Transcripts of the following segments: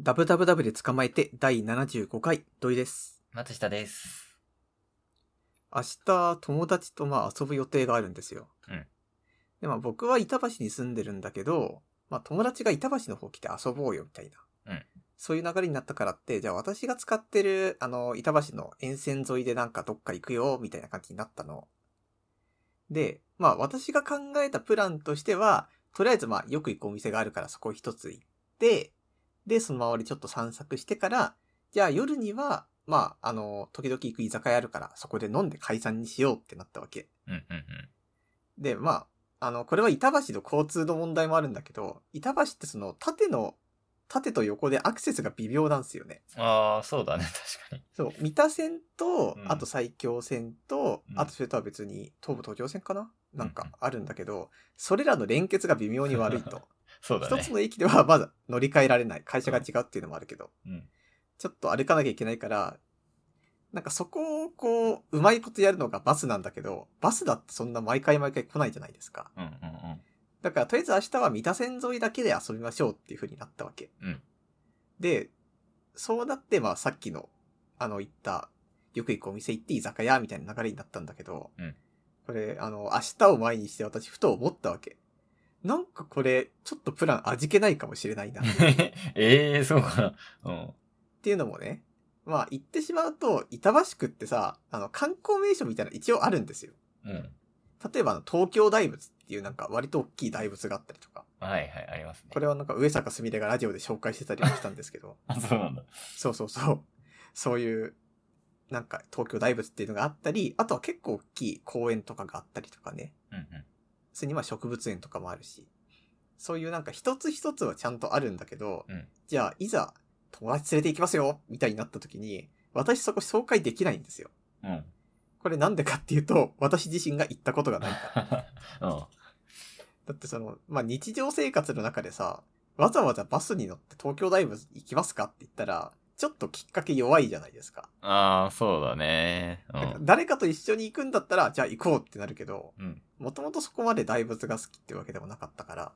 ダブダブダブで捕まえて第75回土井です。松下です。明日友達とまあ遊ぶ予定があるんですよ。うんでまあ僕は板橋に住んでるんだけど、まあ友達が板橋の方来て遊ぼうよみたいな。うんそういう流れになったからって、じゃあ私が使ってるあの板橋の沿線沿いでなんかどっか行くよみたいな感じになったの。で、まあ私が考えたプランとしては、とりあえずまあよく行くお店があるからそこ一つ行って、で、その周りちょっと散策してから、じゃあ夜には、まあ、あの、時々行く居酒屋あるから、そこで飲んで解散にしようってなったわけ。うんうんで、まあ、あの、これは板橋の交通の問題もあるんだけど、板橋ってその縦の、縦と横でアクセスが微妙なんですよね。うん。ああ、そうだね、 確かに。そう、三田線とう、んあと埼京線と、うんあとそれとは別に東武東上線かななんうかんあるんだけど、それらの連結が微妙に悪いと。そうだ一ねつ。の駅ではまだ乗り換えられない。会社が違うっていうのもあるけど。うん。ちょっと歩かなきゃいけないから、なんかそこをこう、うまいことやるのがバスなんだけど、バスだってそんな毎回毎回来ないじゃないですか。うんうん だからとりあえず明日は三田線沿いだけで遊びましょうっていう風になったわけ。うんで、そうなって、まあさっきの、あの言った、よく行くお店行って居酒屋みたいな流れになったんだけど、うんこれ、あの、明日を前にして私ふと思ったわけ。なんかこれ、ちょっとプラン味気ないかもしれないな。うん。ええー、そうかな。うん。っていうのもね、まあ言ってしまうと、板橋区ってさ、あの観光名所みたいなの一応あるんですよ。うん。例えばあの東京大仏っていうなんか割と大きい大仏があったりとか、はいはい、ありますね。これはなんか上坂すみれがラジオで紹介してたりもしたんですけど、 あ、 そうなんだ。そうそうそう、そういう、なんか東京大仏っていうのがあったり、あとは結構大きい公園とかがあったりとかね、うんうん。それにまあ植物園とかもあるし、そういうなんか一つ一つはちゃんとあるんだけど、うんじゃあいざ友達連れて行きますよみたいになった時に、私そこ紹介できないんですよ。うん。 うん。これなんでかっていうと、私自身が行ったことがないから。だってその、まあ日常生活の中でさ、わざわざバスに乗って東京大仏行きますかって言ったら、ちょっときっかけ弱いじゃないですか。ああ、そうだね。うだからん。誰かと一緒に行くんだったら、じゃあ行こうってなるけど、うん。もともとそこまで大仏が好きってわけでもなかったから、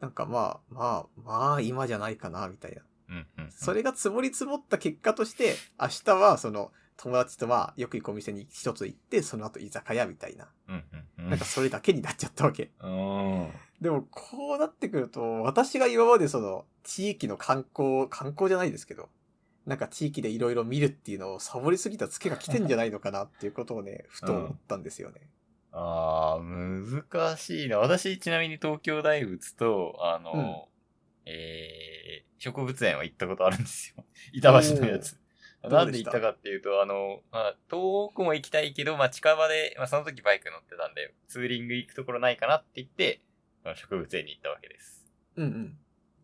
なんかまあ、まあ、まあ今じゃないかな、みたいな。うんうん。それが積もり積もった結果として、明日はその友達とまあよく行くお店に一つ行って、その後居酒屋みたいな。うんうんうん。なんかそれだけになっちゃったわけ。うん。でもこうなってくると、私が今までその地域の観光、観光じゃないですけど、なんか地域でいろいろ見るっていうのをサボりすぎたツケが来てんじゃないのかなっていうことをね、ふと思ったんですよね。ああ、難しいな。私、ちなみに東京大仏と、あの、えー、植物園は行ったことあるんですよ。 板橋のやつ。おーなんで行ったかっていうと、あの、まあ、遠くも行きたいけど、まあ、近場で、まあ、その時バイク乗ってたんで、ツーリング行くところないかなって言って、まあ植物園に行ったわけです。うんうん。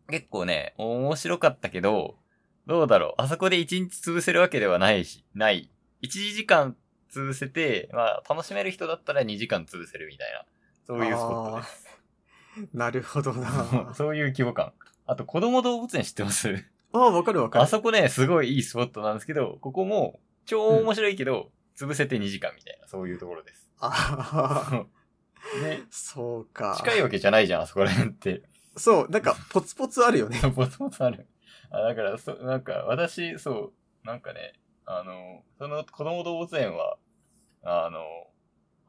結構ね、面白かったけど、どうだろう。あそこで一日潰せるわけではないし、ない。1時間潰せて、まあ、楽しめる人だったら2時間潰せるみたいな。そういうスポットです。なるほどなあ そういう規模感。あと、子供動物園知ってますあ、わかるわかる。あそこね、すごいいいスポットなんですけど、ここも、超面白いけど、潰せて2時間みたいな、そういうところです。 ああ、ね、そうか。近いわけじゃないじゃん、あそこら辺って。そう、なんかポツポツあるよね。 ポツポツある。あ、だから、そ、なんか、私、そう、なんかね、あの、その、子供動物園は、あの、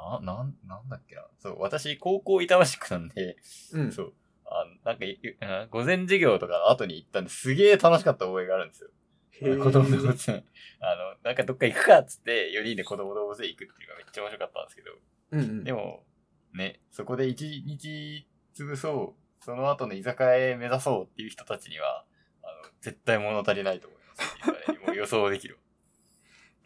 あ、なん、なんだっけな。そう、私、高校板橋区なんで、うん。そう、あなんか、いあ午前授業とかの後に行ったんですげえ楽しかった覚えがあるんですよ。へー子供動物園。あの、なんかどっか行くかっつって、4人で子供動物園行くっていうのがめっちゃ面白かったんですけど、うんうんで。も、ね、そこで一日潰そう、その後の居酒屋へ目指そうっていう人たちには、あの、絶対物足りないと思いますってい うかね。もう予想できる。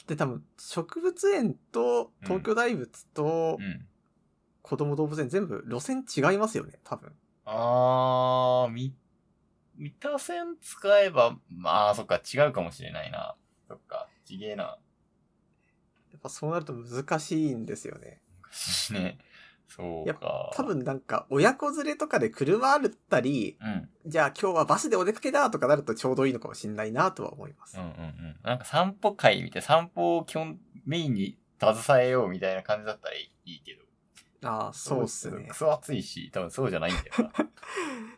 で、多分、植物園と東京大仏とうん。子供動物園全部路線違いますよね、多分。あー、み、三田線使えば、まあ、そっか、違うかもしれないな。そっか、ちげえな。やっぱそうなると難しいんですよね。昔ね。そうやっか。多。分なんか親子連れとかで車歩ったり、うん。うんじゃあ今日はバスでお出かけだとかなるとちょうどいいのかもしんないなとは思います。うんうん。なんか散歩会みたいな、散歩を基本メインに携えようみたいな感じだったらいいけど。ああ、そうっすねク。ソ暑いし、多分そうじゃないんだよ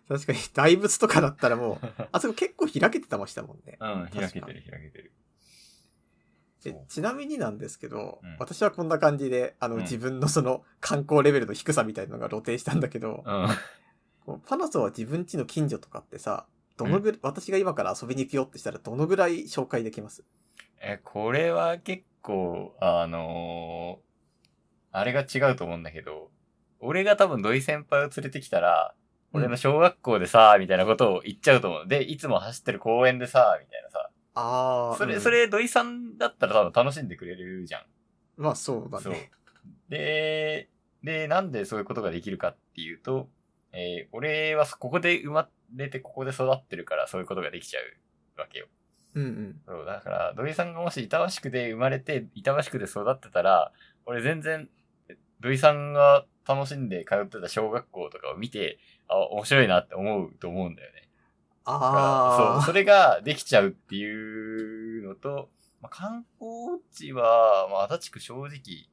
確かに、大仏とかだったらもう、な。あそこ結構開けてたましたもんね。 うん、開けてる、開けてる。そでうちなみになんですけど、うん私はこんな感じで、あの、うん自分のその観光レベルの低さみたいなのが露呈したんだけど、うん。こうパナソは自分家の近所とかってさ、どのぐらい、私が今から遊びに行くよってしたらどのぐらい紹介できますえ、これは結構、あのーあれが違うと思うんだけど、俺が多分土井先輩を連れてきたら、俺の小学校でさ、みたいなことを言っちゃうと思う。で、いつも走ってる公園でさ、みたいなさ。ああ。それ、うんそ。れ土井さんだったら多分楽しんでくれるじゃん。まあそうだね。で、で、なんでそういうことができるかっていうと、えー俺はここで生まれてここで育ってるからそういうことができちゃうわけよ。うんうん。そう、だから、土井さんがもし板橋区で生まれて、板橋区で育ってたら、俺全然、土井さんが楽しんで通ってた小学校とかを見て、あ、面白いなって思うと思うんだよね。だから、そう、あそれができちゃうっていうのと、まあ、観光地は、まあ、足立区正直、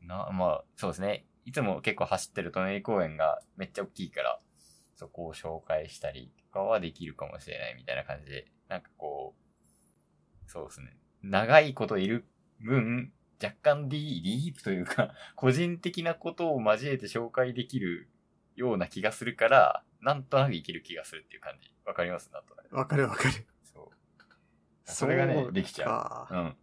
な、まあ、そうですね。いつも結構走ってる隣公園がめっちゃ大きいから、そこを紹介したりとかはできるかもしれないみたいな感じで、なんかこう、そうですね。長いこといる分、若干ディディープというか、個人的なことを交えて紹介できるような気がするから、なんとなくいける気がするっていう感じ。わかりますなんとなく。あ。わかるわかる。そう。 それがねうできちかゃうん。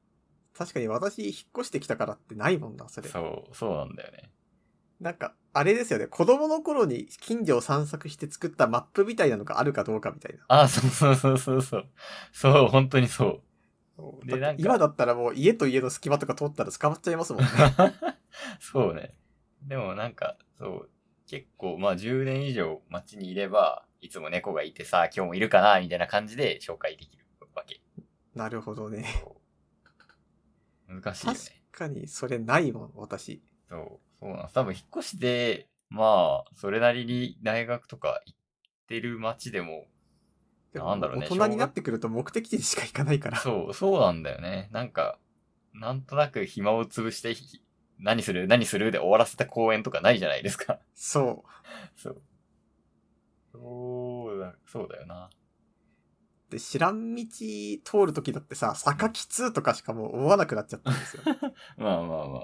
確かに私、引っ越してきたからってないもんな、それ。そう、そうなんだよね。なんか、あれですよね。子供の頃に近所を散策して作ったマップみたいなのがあるかどうかみたいな。あ、そうそうそうそうそう。そう、本当にそう。 だでってなんか今だったらもう家と家の隙間とか通ったら捕まっちゃいます もんね。そうね。でもなんか、そう、結構、まあ10年以上街にいれば、いつも猫がいてさ、今日もいるかな、みたいな感じで紹介できるわけ。なるほどね。そう難しいよね確。かに、それないもん、私。そう、そうなんです。多分引っ越して、まあ、それなりに大学とか行ってる街でも、でなんだろうね大人になってくると目的地にしか行かないから。 そう、そうなんだよね。なんか、なんとなく暇を潰して、ひ何する何するで終わらせた公演とかないじゃないですか。 そそう。そうだ、そうだよな。う。で、知らん道通るときだってさ、坂きつとかしかもう思わなくなっちゃったん ですよ。まあまあまあまあ。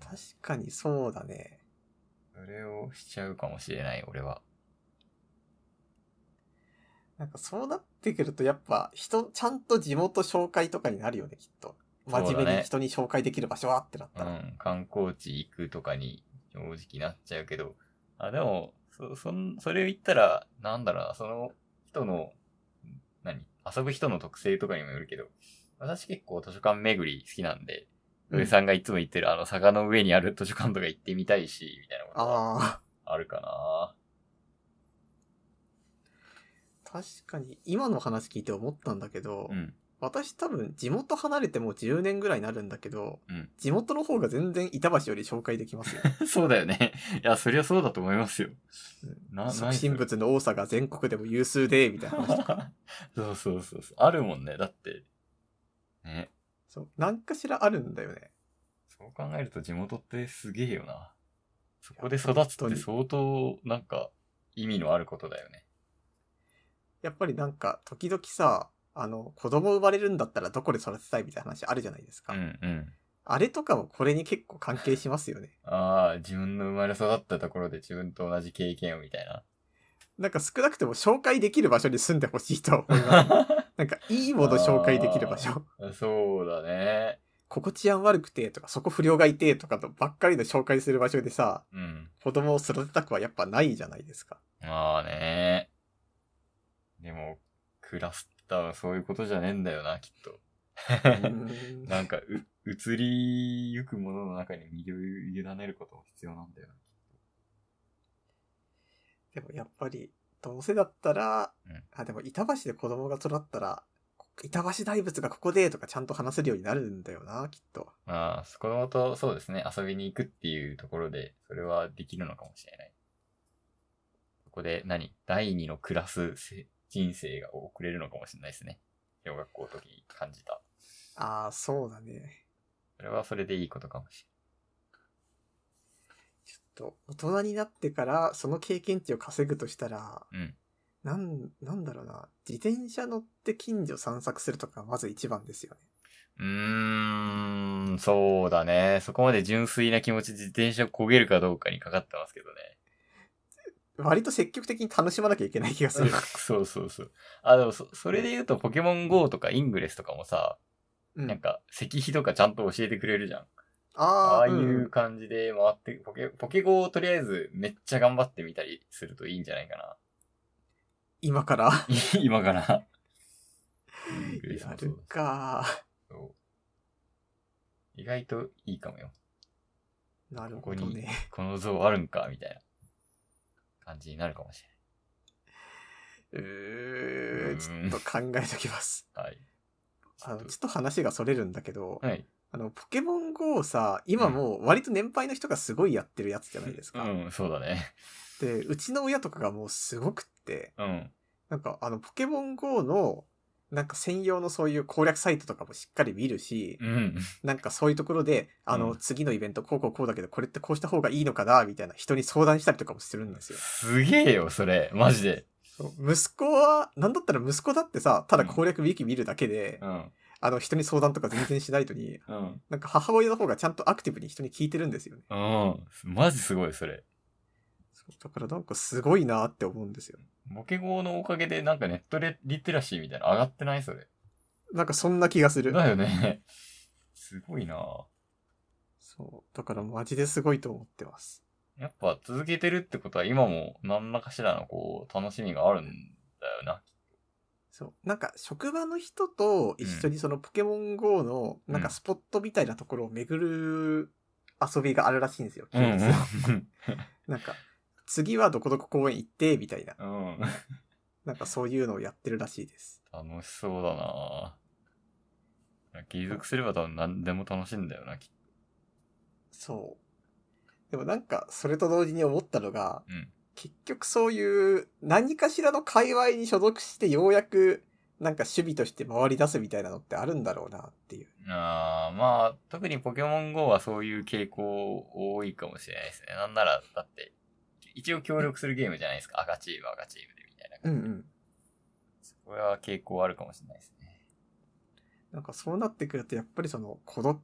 確かにそうだね。それをしちゃうかもしれない、俺は。なんかそうなってくるとやっぱ人、ちゃんと地元紹介とかになるよね、きっと。そうだね真面目に人に紹介できる場所はってなっうたら。ん、観光地行くとかに正直なっちゃうけど、あ、でも、そ、そん、それを言ったら、なんだろうな、その人の、何遊ぶ人の特性とかにもよるけど、私結構図書館巡り好きなんで、う上んさんがいつも言ってるあの坂の上にある図書館とか行ってみたいし、みたいなことはああ、あるかな。確かに今の話聞いて思ったんだけど、 うん。私多分地元離れてもう10年ぐらいになるんだけど、うん地元の方が全然板橋より紹介できます よ。そうだよね。いや、そりゃそうだと思いますよ。なない促進物の多さが全国でも有数で、みたいな話とか。 そうそうそうそう。あるもんね。だって、ね。そう。なんかしらあるんだよね。そう考えると地元ってすげえよな。そこで育つって相当、なんか、意味のあることだよね。やっぱりなんか時々さ、あの、子供生まれるんだったらどこで育てたいみたいな話あるじゃないですうか。んうん。あれとかもこれに結構関係しますよね。ああ、自分の生まれ育ったところで自分と同じ経験をみたいな。なんか少なくても紹介できる場所に住んでほしいとは思い ます。なんかいいもの紹介できる場所。そうだね。ここ治安悪くてとか、そこ不良がいてとかとばっかりの紹介する場所でさ、うん。子供を育てたくはやっぱないじゃないですか。まあね。でも、クラスターはそういうことじゃねえんだよな、きっと。うーんなんか、う、移りゆくものの中に身を委ねることも必要なんだよ。でもやっぱり、どうせだったら、うんあ、でも板橋で子供が育ったら、こ板橋大仏がここでとかちゃんと話せるようになるんだよな、きっと。まあ、子供とそうですね、遊びに行くっていうところで、それはできるのかもしれない。ここで何、第二のクラスせ人生が送れるのかもしれないですね。小学校の時に感じた。ああ、そうだね。それはそれでいいことかもしと、大人になってからその経験値を稼ぐとしたら、うんなん、なんだろうな、自転車乗って近所散策するとかまず一番ですよね。うーん、そうだね。そこまで純粋な気持ちで自転車を焦げるかどうかにかかってますけどね。割と積極的に楽しまなきゃいけない気がする。そうそうそう。あ、でもそ、それで言うとポケモン GO とかイングレスとかもさ、うなん、か、石碑とかちゃんと教えてくれるじゃん。ああああ、いんう感じで回って、ポケ、ポケ GO をとりあえずめっちゃ頑張ってみたりするといいんじゃないかな。今から。 今から。やるか。そう。意外といいかもよ。なるこほこどにね。 この像あるんか、みたいな感じになるかもしうーうんちょっと考えとき ます。れない。あはい。の、ちょっと話がそれるんだけど、はい。あの、ポケモン GO をさ、今もう割と年配の人がすごいやってるやつじゃないですか。うん、そうだね。で、うちの親とかがもうすごくって、うん。なんかあの、ポケモン GO の、なんか専用のそういう攻略サイトとかもしっかり見るし、うん。なんかそういうところで、あの、うん次のイベントこうこうこうだけど、これってこうした方がいいのかな、みたいな人に相談したりとかもするんですよ。すげえよ、それ。マジで。息子は、なんだったら息子だってさ、ただ攻略ウィキ見るだけで、うん。あの、人に相談とか全然しないのに、うん。なんか母親の方がちゃんとアクティブに人に聞いてるんですよね。うん。マジすごい、それ。そうだからなんかすごいなって思うんですよ。ボケ号のおかげでなんかネットレリテラシーみたいなの上がってないそれ。なんかそんな気がする。だよね。すごいなそう。だからマジですごいと思ってます。やっぱ続けてるってことは今も何らかしらのこう、楽しみがあるんだよな。そう。なんか職場の人と一緒にそのポケモン GO のなんかスポットみたいなところを巡る遊びがあるらしいんですよ。うん。 なんか、次はどこどこ公園行って、みたいな。 うん。なんかそういうのをやってるらしいです。楽しそうだな継続すれば多分何でも楽しいんだよな、きっとそう。でもなんか、それと同時に思ったのが、うん結局そういう何かしらの界隈に所属してようやくなんか趣味として回り出すみたいなのってあるんだろうなっていう。あーまあ、特にポケモン GO はそういう傾向多いかもしれないですね。なんなら、だって、一応協力するゲームじゃないですか。赤チーム、赤チームでみたいな。うんうん。これは傾向あるかもしれないですね。なんかそうなってくるとやっぱりその孤独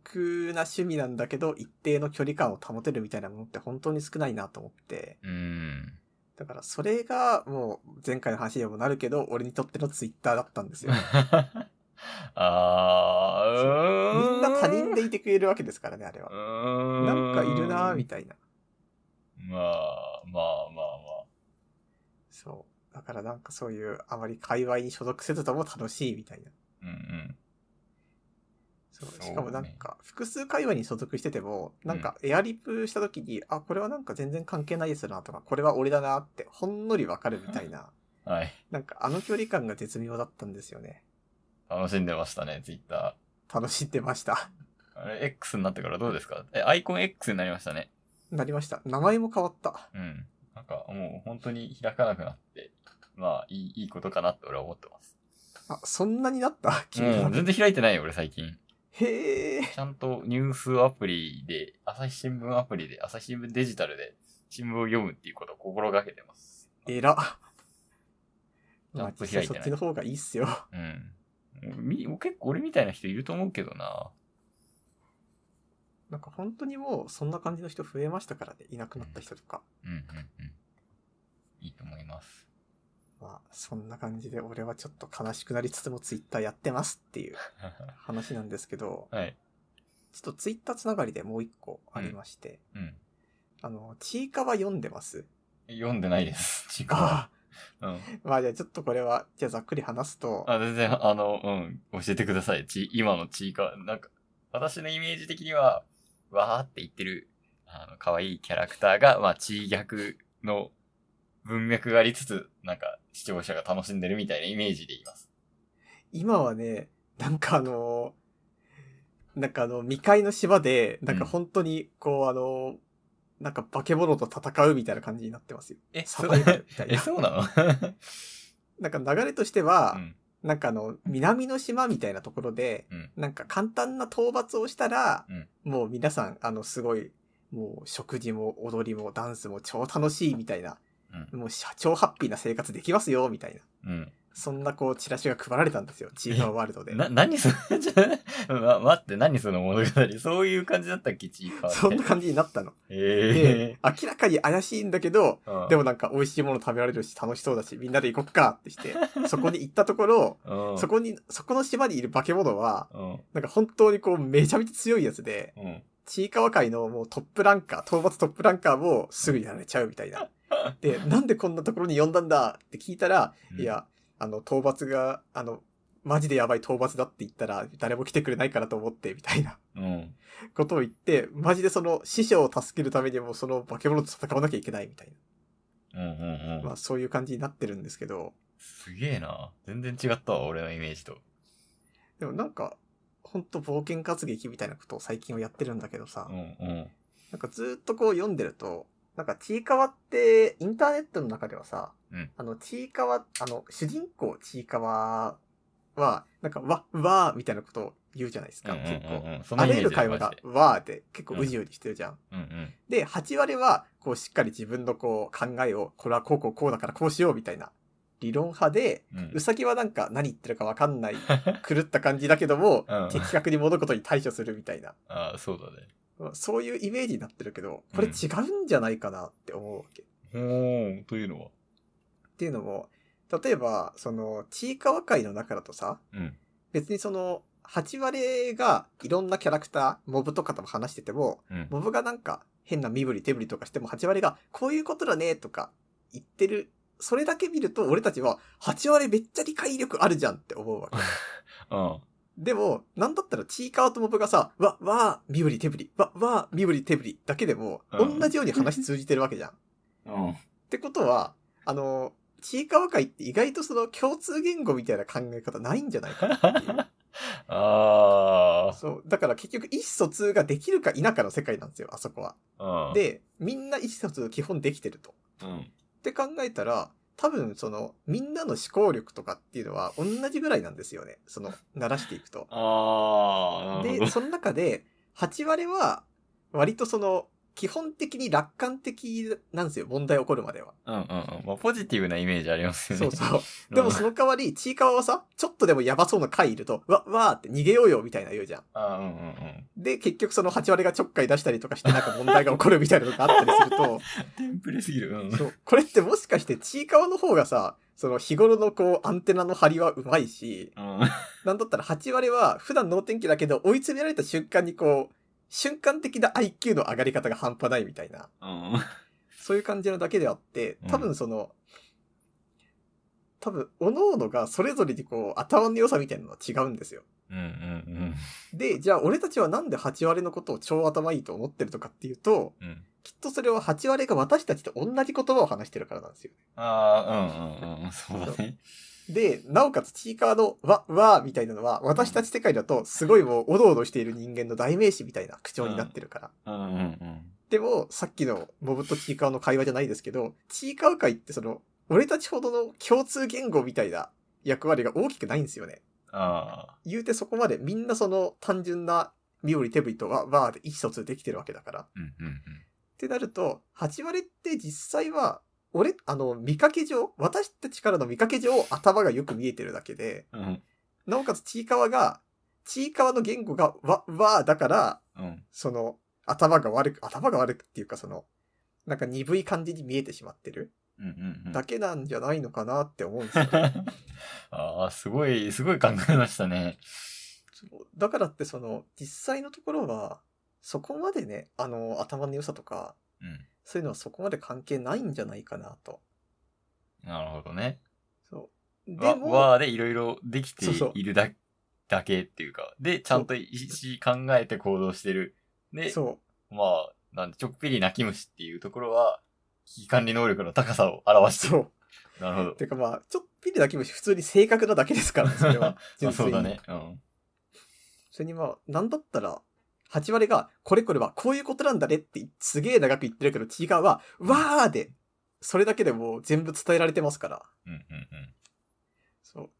な趣味なんだけど一定の距離感を保てるみたいなものって本当に少ないなと思って。うー ん。だからそれがもう前回の話にもなるけど俺にとってのツイッターだったんです よ。あー、うーみんな他人でいてくれるわけですからね、あれはう。ーなんかいるなみたたいな。いな。まあ、まあまそう。だからなんかそういう、あまり界隈に所属せずとも楽しいみたいな。あまあ。うんそうそうねしかもなんか、複数界隈に所属してても、なんかエアリプした時に、あ、これはなんか全然関係ないですなとか、これは俺だなって、ほんのりわかるみたい な。うん。はい。なんかあの距離感が絶妙だったんですよね。楽しんでましたね、ツイッタ楽しんでま した。ー。あれ、X になってからどうですかえ、アイコン X になりましたね。なりました。名前も変わった。うん。なんかもう本当に開かなくなって、まあいいいいことかなって俺は思ってます。あ、そんなになった君うはん、。全然開いてないよ俺最近。へえ。ちゃんとニュースアプリで、朝日新聞アプリで、朝日新聞デジタルで新聞を読むっていうことを心がけてます。えら。ちまゃあんと実際開いてそないっちの方がいいっすよ。 うん。み結構俺みたいな人いると思うけどな。なんか本当にもうそんな感じの人増えましたからね。いなくなった人とか。うんうんうん。いいと思います。 まあ、そんな感じで俺はちょっと悲しくなりつつもツイッターやってますっていう話なんですけど、はい。ちょっとツイッターつながりでもう一個ありまして、うん。あの、ちいかわ読んでます。読んでないです。時間。あうん。あ、まあじゃあちょっとこれは、じゃあざっくり話すと、あ、全然、あの、うん、教えてください。ち、今のちいかわ、なんか、私のイメージ的には、わーって言ってる、あの、可愛いキャラクターが、まあ、ちい逆の文脈がありつつ、なんか、視聴者が楽しんでるみたいなイメージでいます。今はね、なんかあの、なんかあの、未開の島で、なんか本当に、こう、あの、なんか化け物と戦うみたいな感じになってますよ。え、サそうバイバルみたい え、な。そうなのなんか流れとしては、 うん。なんかあの、南の島みたいなところで、うんなんか簡単な討伐をしたら、うんもう皆さん、あの、すごい、もう食事も踊りもダンスも超楽しいみたいな、うん。もう社長ハッピーな生活できますよみたいな、うん。そんなこうチラシが配られたんですよ、チーファンワールドで。な、何それ、 ちょ、ま、待って、何その物語そういう感じだったっけチーパーって。そんな感じになったの。えで、明らかに怪しいんだけど、えー。でもなんか美味しいもの食べられるし楽しそうだし、みんなで行こっかってして、そこに行ったところ、うん、うん。そこに、そこの島にいる化け物は、うん。なんか本当にこうめちゃめちゃ強いやつで、うん。ちいかわ界のもうトップランカー、討伐トップランカーもすぐにやられちゃうみたい な。で、なんでこんなところに呼んだんだって聞いたら、いや、あの、討伐が、あの、マジでやばい討伐だって言ったら、誰も来てくれないからと思って、みたいなうん。ことを言って、マジでその師匠を助けるためにもその化け物と戦わなきゃいけないみたいうん。うん。うん。な。まあそういう感じになってるんですけど、すげえな。全然違ったわ、俺のイメージと。でもなんか、ほんと冒険活劇みたいなことを最近はやってるんだけどさ、うん。うん。なんかずーっとこう読んでると、なんかちいかわって、インターネットの中ではさ、うんあの、ちいかわ、あの、主人公ちいかわは、なんか、わ、わーみたいなことを言うじゃないですうんか、うん結構。うんうん。そのあイメらージゆだる会話マがジで、わーって結構うじうじしてるじゃん。うんうん。で、8割は、こう、しっかり自分のこう、考えを、これはこうこうこうだからこうしようみたいな、理論派で、うんうさぎはなんか何言ってるかわかんない、 狂った感じだけども、うん的確に物事に対処するみたいな。ああ、そうだね。そういうイメージになってるけど、これ違うんじゃないかなって思うわけ。ほーん、というのは。っていうのも、例えば、その、ちいかわ会の中だとさ、うん。別にその、8割がいろんなキャラクター、モブとかとも話してても、うん。モブがなんか変な身振り手振りとかしても8割がこういうことだねとか言ってる。それだけ見ると俺たちは8割めっちゃ理解力あるじゃんって思うわけ。うん。でも、なんだったらチーカーとモブがさ、わ、わー、身振り手振り、わ、わー、身振り手振りだけでも、うん同じように話通じてるわけじゃん。っうん。てことは、あの、チーカー会って意外とその共通言語みたいな考え方ないんじゃないかなって いう。あそう。だから結局意思疎通ができるか否かの世界なんですよ、あそこは。あ。うん。、で、みんな意思疎通基本できてると。うん。って考えたら、多分その、みんなの思考力とかっていうのは同じぐらいなんですよね。その、慣らしていく と。ああ、なるほで、ど。その中で、8割は、割とその、基本的に楽観的なんですよ。問題起こるま では。うんうんうん。まあ、ポジティブなイメージありますよそね。うそう。でもその代わり、ちいかわはさ、ちょっとでもやばそうな回いると、わ、わーって逃げようよみたいな言うじゃん。あーうんうんうん。で、結局その8割がちょっかい出したりとかしてなんか問題が起こるみたいなのがあったりすると、テンプレすぎる。うん。そう。これってもしかして、ちいかわの方がさ、その日頃のこう、アンテナの張りは上手いし、うん。なんだったら8割は普段能天気だけど、追い詰められた瞬間にこう、瞬間的な IQ の上がり方が半端ないみたいな、うん。そういう感じのだけであってうん、多分その、多分、各々がそれぞれにこう、頭の良さみたいなのは違うんですよ。うんうんで、じゃあ俺たちはなんで8割のことを超頭いいと思ってるとかっていうと、うん。うん。きっとそれは8割が私たちと同じ言葉を話してるからなんですよ。ああ、うんうんうん。そうだね。で、なおかつチーカーのわ、わーみたいなのは、私たち世界だと、すごいもう、おどおどしている人間の代名詞みたいな口調になってるから。うんうんうん。でも、さっきのモブとチーカーの会話じゃないですけど、チーカー界ってその、俺たちほどの共通言語みたいな役割が大きくないんですよね。あ言うてそこまでみんなその単純な身振り手振りとわ、わーで意思疎通できてるわけだから。っーうんうんてなると、8割って実際は、俺、あの、見かけ上、私たちからの見かけ上、頭がよく見えてるだけで、うん。うんなおかつちいかわが、ちいかわの言語がわ、わだから、うん。その、頭が悪く、頭が悪くっていうかその、なんか鈍い感じに見えてしまってるうんうんうんだけなんじゃないのかなって思うんです よ。ああ、すごい、すごい考えましたね。そうだからってその、実際のところは、そこまでね、あの、頭の良さとか、うん。そういうのはそこまで関係ないんじゃないかなと。なるほどね。そう。でわ、も、わーでいろいろできてそうそういるだだけっていうか、で、ちゃんと意思考えて行動してる。で、そまあ、なんで、ちょっぴり泣き虫っていうところは、危機管理能力の高さを表う、してそる。う。なるほど。てかまあ、ちょっぴりだけも普通に正確なだけですから、それは。 まあ、純そ粋うにだね。うん。それにまあ、なんだったら、8割が、これこれはこういうことなんだねって、すげえ長く言ってるけど、違うは、わーで、それだけでもう全部伝えられてますから。うんうんそう。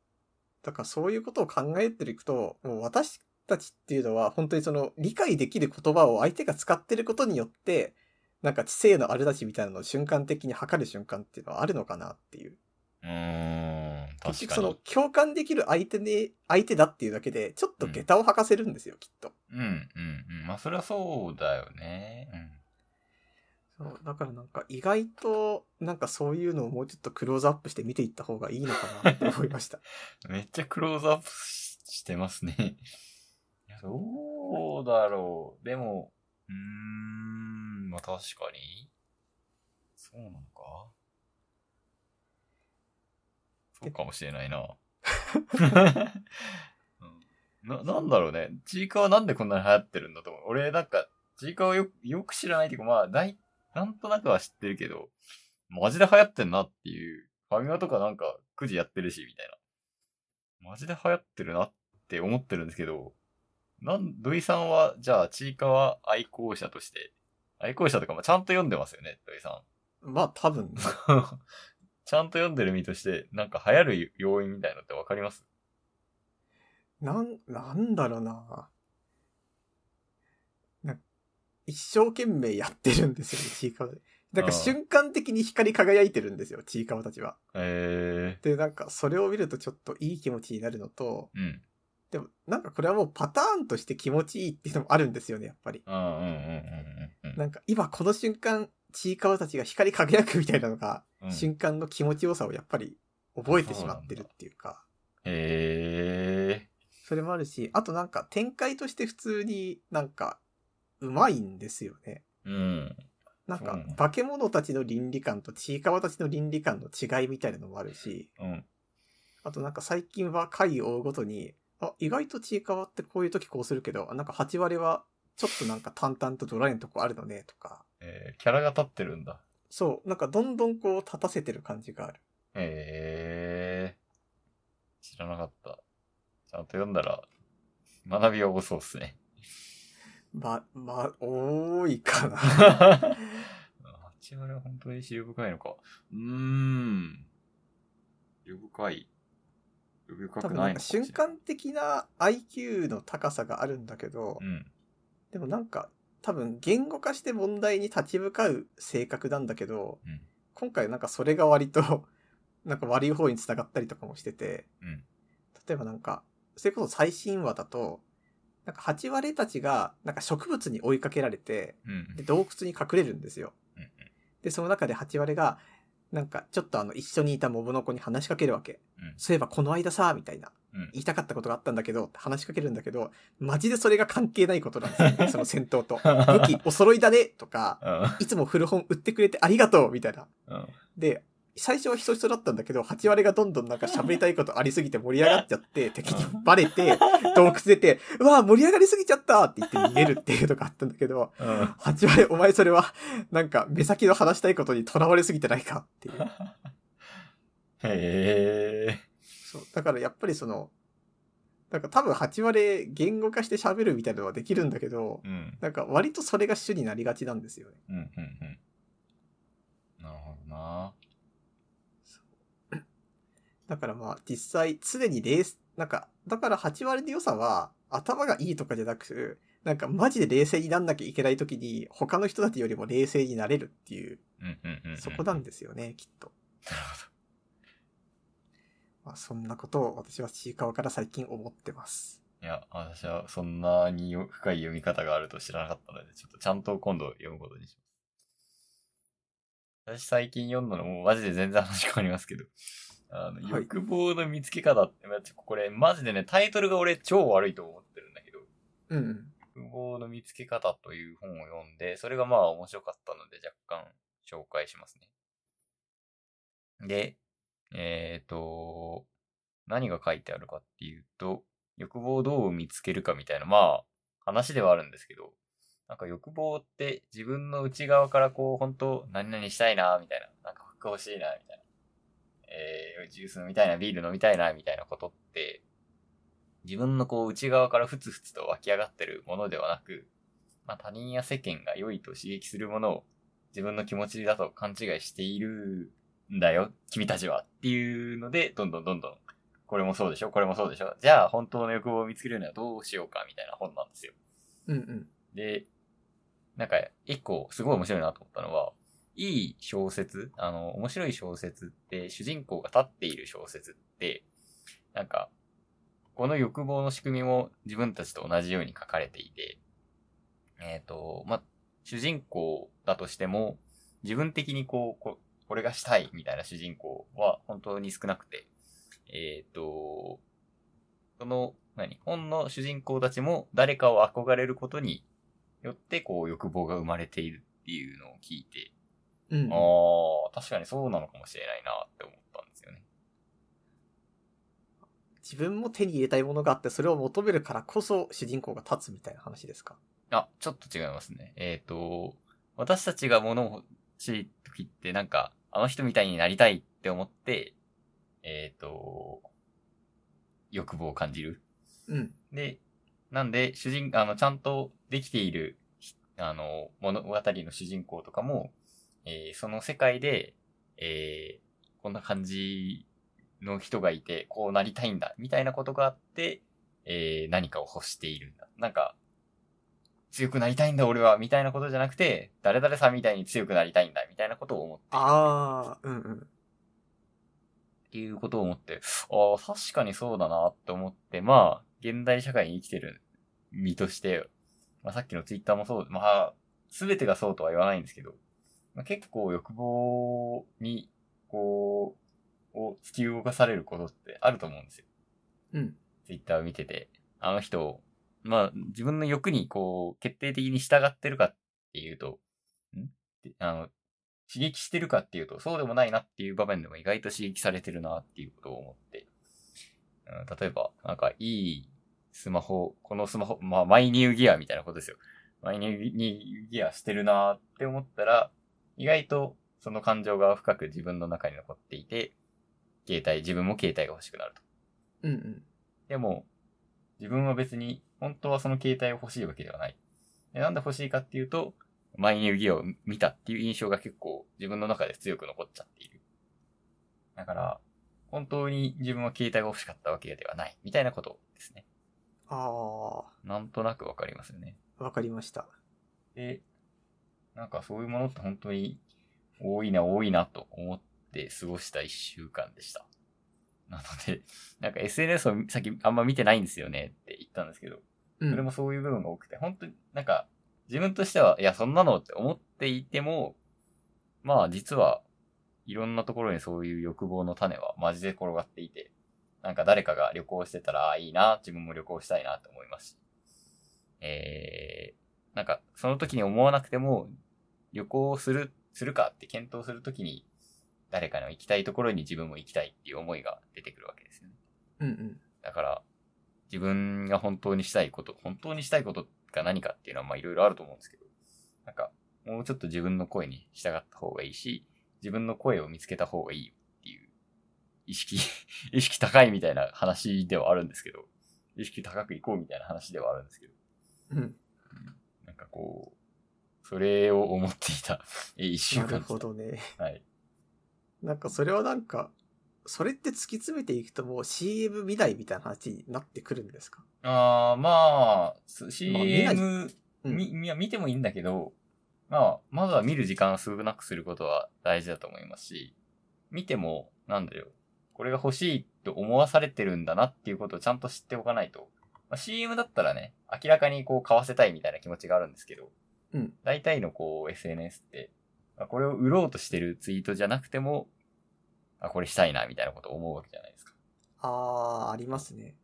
だからそういうことを考えていくと、もう私たちっていうのは、本当にその理解できる言葉を相手が使ってることによって、なんか知性のあるなしみたいなのを瞬間的に測る瞬間っていうのはあるのかなっていう。うーん、結確局かそのに。共感できる相手に、相手だっていうだけで、ちょっと下駄を履かせるんですよ、きっと。うん、うん、うん。まあ、それはそうだよね。そう、だからなんか意外と、なんかそういうのをもうちょっとクローズアップして見ていった方がいいのかなって思いました。うん。めっちゃクローズアップししてますね。 いやどうだろう。でも、うーん、まあ、確かに。そうなのかそうかもしれないな。 うんな、なんだろうね。ちいかわなんでこんなに流行ってるんだと思う。俺なんか、ちいかわよく、よく知らないっていうか、まあ、ない、なんとなくは知ってるけど、マジで流行ってんなっていう。ファミマとかなんか9時やってるし、みたいな。マジで流行ってるなって思ってるんですけど、なん、土井さんは、じゃあ、ちいかわ愛好者として、愛好者とかもちゃんと読んでますよね、土井さん。 まあ多分、ちゃんと読んでる身として、なんか流行る要因みたいのってわかりますなん、なんだろうな。なん一生懸命やってるんですよね、ちいかわで。なんかああ瞬間的に光り輝いてるんですよ、ちいかわたちは。えで、なんかそれを見るとちょっといい気持ちになるのと、えー。うん。でもなんかこれはもうパターンとして気持ちいいっていうのもあるんですよね、やっぱり。うんうんうんうんうんなんか今この瞬間、ちいかわたちが光り輝くみたいなのが、うん。うん。瞬間の気持ちよさをやっぱり覚えてしまってるっていうか、えそれもあるし、あとなんか展開として普通になんか、うまいんですよね。えー。うん。なんそうかなんだ、化け物たちの倫理観とちいかわたちの倫理観の違いみたいなのもあるし、うん。あとなんか最近は回を追うごとに、あ、意外とちいかわってこういう時こうするけど、あなんか8割はちょっとなんか淡々とドライのとこあるのね、とか。えー、キャラが立ってるんだ。そう、なんかどんどんこう立たせてる感じがある。ええー。知らなかった。ちゃんと読んだら、学びを起こそうっすね。ま、ま、多いかな。 8割は本当に資料深いのか。うーん。資料深い。資料深多く分なないんのかかもしれない瞬間的な IQ の高さがあるんだけど、うん。でもなんか多分言語化して問題に立ち向かう性格なんだけど、うん今回なんかそれが割と なんか悪い方に繋がったりとかもしてて、うん例えばなんか、それこそ最新話だと、なんか8割たちがなんか植物に追いかけられて、うん。で洞窟に隠れるんですようんうん。で、その中で8割が、なんかちょっとあの一緒にいたモブの子に話しかけるわけ。うんそういえばこの間さ、みたいな。うん言いたかったことがあったんだけど、って話しかけるんだけど、マジでそれが関係ないことなんですよ ね、その戦闘と。武器お揃いだねとか、ういつも古本売ってくれてありがとうみたいな。ん。うん。で、最初はひそひそだったんだけど、8割がどんどんなんか喋りたいことありすぎて盛り上がっちゃ って、敵にバレて、洞窟出て、うわ盛り上がりすぎちゃったって言って逃げるっていうのがあったんだけど、うん。 8割お前それは、なんか目先の話したいことにとらわれすぎてないかっていう。へえ。そう。だからやっぱりその、なんか多分8割言語化して喋るみたいなのはできるんだけど、うん。なんか割とそれが主になりがちなんですよね。うん。うん。うん。なるほどな。だからまあ実際常に冷静、なんか、だから8割の良さは頭がいいとかじゃなく、なんかマジで冷静になんなきゃいけない時に他の人たちよりも冷静になれるっていう、うんうんうんうん。そこなんですよね、きっと。なるまあそんなことを私はちいかわから最近思ってます。いや、私はそんなによ深い読み方があると知らなかったので、ちょっとちゃんと今度読むことにします。私最近読んだのもうマジで全然話変わりますけど、あの、はい欲望の見つけ方って、まあちょこれマジでね、タイトルが俺超悪いと思ってるんだけど、うん。欲望の見つけ方という本を読んで、それがまあ面白かったので若干紹介しますね。で、えっ、と、何が書いてあるかっていうと、欲望をどう見つけるかみたいな、まあ話ではあるんですけど、なんか欲望って自分の内側からこう、本当何々したいな、みたいな、なんか服欲しいな、みたいな、えー、ジュース飲みたいな、ビール飲みたいな、みたいなことって、自分のこう内側からふつふつと湧き上がってるものではなく、まあ、他人や世間が良いと刺激するものを自分の気持ちだと勘違いしているんだよ、君たちはっていうので、どんどんどんどんこれもそうでしょこれもそうでしょじゃあ本当の欲望を見つけるにはどうしようかみたいな本なんですよ。うんうん。で、なんか、一個、すごい面白いなと思ったのは、いい小説、あの、面白い小説って、主人公が立っている小説って、なんか、この欲望の仕組みも自分たちと同じように書かれていて、えっ、と、ま、主人公だとしても、自分的にこう、ここれがしたいみたいな主人公は本当に少なくて、えっ、と、その、何本の主人公たちも誰かを憧れることによって、こう、欲望が生まれているっていうのを聞いて、うん。ああ、確かにそうなのかもしれないなって思ったんですよね。自分も手に入れたいものがあって、それを求めるからこそ主人公が立つみたいな話ですか。あ、ちょっと違いますね。えっ、と、私たちが物を欲しい時って、なんか、あの人みたいになりたいって思って、えっ、と、欲望を感じる。うん。で、なんで、主人、あの、ちゃんとできている、あの、物語の主人公とかも、えーその世界で、えーこんな感じの人がいて、こうなりたいんだ、みたいなことがあって、えー何かを欲しているんだ。なんか、強くなりたいんだ、俺は、みたいなことじゃなくて、誰々さんみたいに強くなりたいんだ、みたいなことを思っているああ、うんうん。っていうことを思って、ああ、確かにそうだなって思って、まあ、現代社会に生きてる身として、まあさっきのツイッターもそう、まあ、すべてがそうとは言わないんですけど、まあ、結構欲望に、こう、を突き動かされることってあると思うんですよ。うん。ツイッターを見てて、あの人、まあ、自分の欲にこう、決定的に従ってるかっていうと、んってあの、刺激してるかっていうと、そうでもないなっていう場面でも意外と刺激されてるなっていうことを思って、うん、例えば、なんかいいスマホ、このスマホ、まあ、マイニューギアみたいなことですよ。マイニューギアしてるなって思ったら、意外とその感情が深く自分の中に残っていて、携帯、自分も携帯が欲しくなると。うんうん。でも、自分は別に、本当はその携帯を欲しいわけではない。でなんで欲しいかっていうと、マイニューギアを見たっていう印象が結構自分の中で強く残っちゃっている。だから、本当に自分は携帯が欲しかったわけではない。みたいなことですね。あなんとなくわかりますよね。あ、わかりました。で、なんかそういうものって本当に多いな多いなと思って過ごした一週間でした。なので、なんか SNS をさっきあんま見てないんですよねって言ったんですけど、うん。それもそういう部分が多くて、本当になんか自分としては、いや、そんなのって思っていても、まあ実はいろんなところにそういう欲望の種はマジで転がっていて、なんか誰かが旅行してたら、ああいいな、自分も旅行したいなと思いますし、えー、なんかその時に思わなくても、旅行をする、するかって検討するときに、誰かの行きたいところに自分も行きたいっていう思いが出てくるわけですよね。うんうん。だから、自分が本当にしたいこと、本当にしたいことが何かっていうのはまあいろいろあると思うんですけど、なんか、もうちょっと自分の声に従った方がいいし、自分の声を見つけた方がいいよっていう、意識、 意識高いみたいな話ではあるんですけど、意識高くいこうみたいな話ではあるんですけど、うん。なんかこう、それを思っていた、え、一週な間でしたるほどね。はい。なんかそれはなんか、それって突き詰めていくともう CM 見ないみたいな話になってくるんですかああ、まあ、すまあ見ない CM、うんみ、み見てもいいんだけど、まあ、まずは見る時間を少なくすることは大事だと思いますし、見ても、なんだよ、これが欲しいと思わされてるんだなっていうことをちゃんと知っておかないと、まあ、CM だったらね、明らかにこう買わせたいみたいな気持ちがあるんですけど、うん大体のこう SNS って、まあこれを売ろうとしてるツイートじゃなくても、あ、これしたいなみたいなことを思うわけじゃないですか。ああ、ありますね。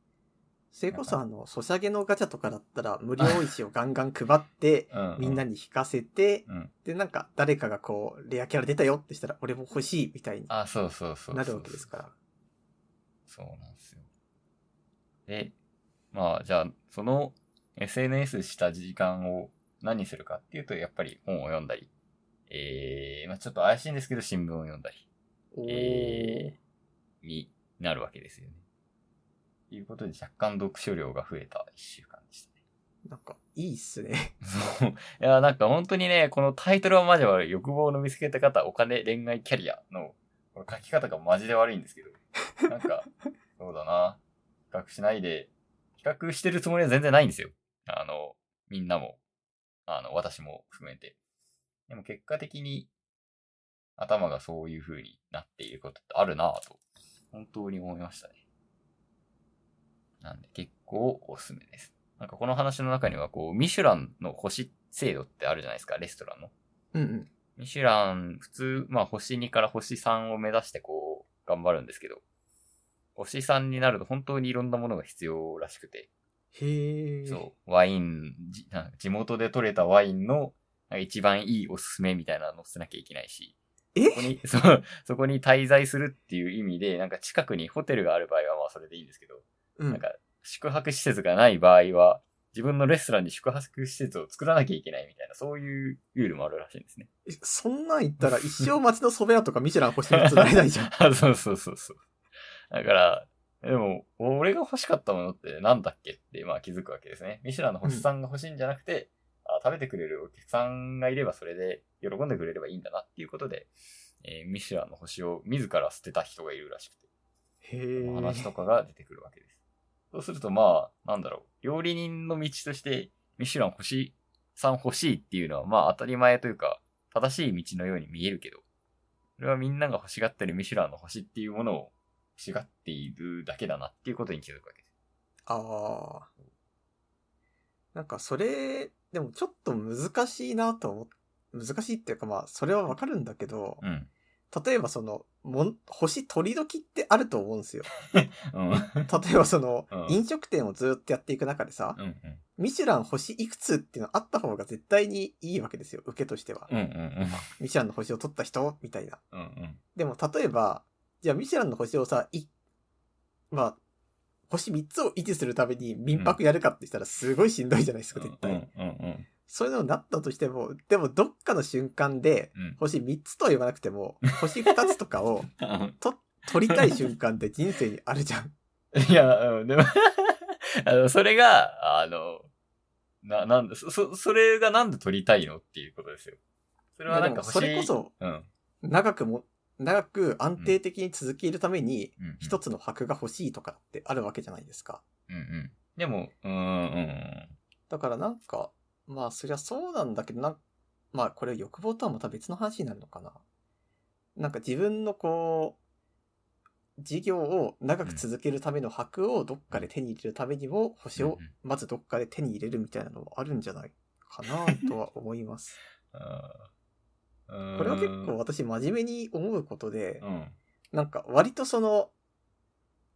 それこそなあの、ソシャゲのガチャとかだったら無料石を ガンガン配って、うん、みんなに引かせて、うん。で、なんか誰かがこう、レアキャラ出たよってしたら、俺も欲しいみたいにあ、そうそうそうそう。なるわけですから。そうなんですよ。で、まあ、じゃあ、その SNS した時間を何にするかっていうと、やっぱり本を読んだり、えー、まあちょっと怪しいんですけど、新聞を読んだり、おーえー、になるわけですよね。ということで、若干読書量が増えた一週間でしたね。なんか、いいっすね。 そう。いや、なんか本当にね、このタイトルはマジ悪い。欲望の見つけた方、お金、恋愛、キャリアの、この書き方がマジで悪いんですけど、なんか、そうだな較しないで、比較してるつもりは全然ないんですよ。あの、みんなも、あの、私も含めて。でも結果的に、頭がそういう風になっていることってあるなぁと、本当に思いましたね。なんで結構おすすめです。なんかこの話の中には、こう、ミシュランの星制度ってあるじゃないですか、レストランの。うんうん。ミシュラン、普通、まあ、星2から星3を目指してこう、頑張るんですけど、星3になると本当にいろんなものが必要らしくて、へえ。そう、ワイン、じなんか地元で採れたワインの、なんか一番いいおすすめみたいなのを載せなきゃいけないし、えそこに、そう、そこに滞在するっていう意味で、なんか近くにホテルがある場合はまあそれでいいんですけど、うなんん。か宿泊施設がない場合は、自分のレストランに宿泊施設を作らなきゃいけないみたいな、そういうルールもあるらしいんですね。 えそんなん言ったら一生町のソベラとかミシュラン星3つなれないじ ゃん。あそうそうそうそう。だから、でも、俺が欲しかったものってなんだっけって、まあ気づくわけですね。ミシュランの星さんが欲しいんじゃなくて、あ食べてくれるお客さんがいればそれで喜んでくれればいいんだなっていうことで、えーミシュランの星を自ら捨てた人がいるらしくて、へお話え。とかが出てくるわけです。そうするとまあ、なんだろう、料理人の道として、ミシュラン星さん欲しいっていうのはまあ当たり前というか、正しい道のように見えるけど、それはみんなが欲しがってるミシュランの星っていうものを欲しがっているだけだなっていうことに気づくわけです。ああ。なんかそれ、でもちょっと難しいなと思っ難しいっていうかまあ、それはわかるんだけど、うん。例えばその、もん星取り時ってあると思うん ですよ。うん。例えばその、うん飲食店をずっとやっていく中でさ、うん。ミシュラン星いくつっていうのあった方が絶対にいいわけですよ、受けとしては。うん。うん。うん。ミシュランの星を取った人みたいな。うん。うん。でも例えば、じゃあミシュランの星をさ、い、まあ、星3つを維持するために民泊やるかってしたらすごいしんどいじゃないですか、絶対。うん。うん。そういうのになったとしても、でもどっかの瞬間で、うん。星3つとは言わなくても、星2つとかを取りたい瞬間って人生にあるじゃん。いや、うんでも、 あの、それが、あの、な、なんだ、そ、そ、それがなんで撮りたいのっていうことですよ。 それはなんでもかそれこ欲しい、そ、うん、うん。長くも、長く安定的に続けるために、うん一つの箔が欲しいとかってあるわけじゃないですか。うんうん。でも、うーん、うん。だからなんか、まあそりゃそうなんだけど、なんまあこれ欲望とはまた別の話になるのかな。なんか自分のこう、事業を長く続けるための箔をどっかで手に入れるためにも、星をまずどっかで手に入れるみたいなのもあるんじゃないかなと は思います。うん。これは結構、私真面目に思うことで、うん。なんか割とその、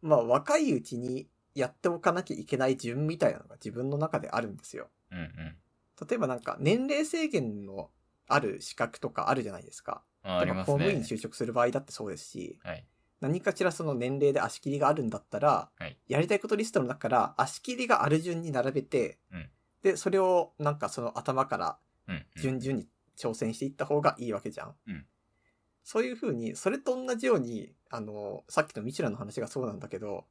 まあ若いうちにやっておかなきゃいけない順みたいなのが自分の中であるんですよ。うんうん。例えばなんか年齢制限のある資格とかあるじゃないですか。ああり例えばま公す務員ねに。就職する場合だってそうですし、はい。何かしらその年齢で足切りがあるんだったら、はいやりたいことリストの中から足切りがある順に並べて、うんで、それをなんかその頭からうんうん。順々に挑戦していった方がいいわけじゃん。うんそういうふうに、それと同じように、あの、さっきのミシュランの話がそうなんだけど、